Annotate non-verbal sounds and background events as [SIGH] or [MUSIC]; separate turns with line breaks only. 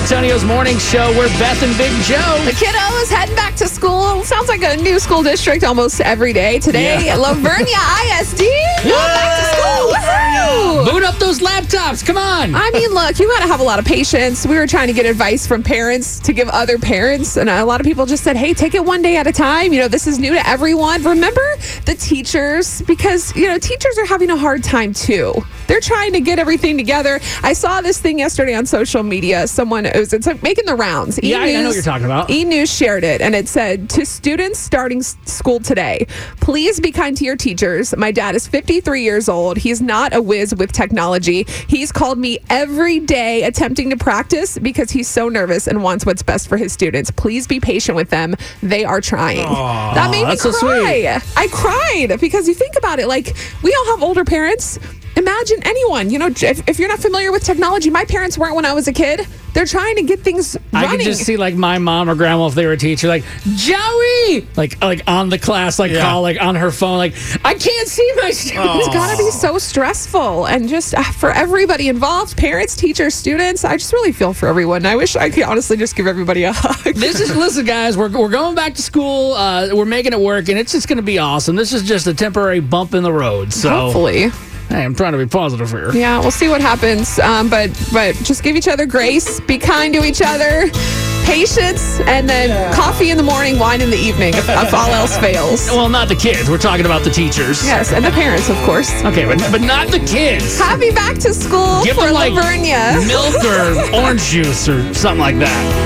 Antonio's morning show. We're Beth and Big Joe.
The kiddo is heading back to school. Sounds like a new school district almost every day. Today,
Yeah. [LAUGHS]
Lavernia ISD going back to school. Woohoo!
Boot up those laptops. Come on.
I mean, look, you got to have a lot of patience. We were trying to get advice from parents to give other parents, and a lot of people just said, hey, take it one day at a time. You know, this is new to everyone. Remember the teachers, because, you know, teachers are having a hard time too. They're trying to get everything together. I saw this thing yesterday on social media. Someone, it was, it's like making the rounds.
Yeah, I- I know what you're talking about.
E News shared it and it said to students starting s- school today, please be kind to your teachers. My dad is 53 years old. He's not a whiz with technology. He's called me every day attempting to practice because he's so nervous and wants what's best for his students. Please be patient with them. They are trying. that made
that's
me
so
cry. I cried because you think about it like we all have older parents. Imagine anyone, you know, if, if you're not familiar with technology, my parents weren't when I was a kid. They're trying to get things
I
running.
could just see like my mom or grandma if they were a teacher, like Joey, like like on the class, like
Yeah.
call, like on her phone, like I can't see my [LAUGHS] students.
It's got to be so stressful. And just uh, for everybody involved parents, teachers, students I just really feel for everyone. I wish I could honestly just give everybody a [LAUGHS] hug.
This is listen, guys. We're, we're going back to school. Uh, we're making it work, and it's just going to be awesome. This is just a temporary bump in the road. So
Hopefully.
hey, I'm trying to be positive here.
Yeah, we'll see what happens. Um, but but just give each other grace, be kind to each other, patience, and then coffee in the morning, wine in the evening if, if all else fails.
Well, not the kids. We're talking about the teachers.
Yes, and the parents, of course.
Okay, but but not the kids.
Happy back to school
Give
for
them like
Lavernia.
milk or orange juice or something like that.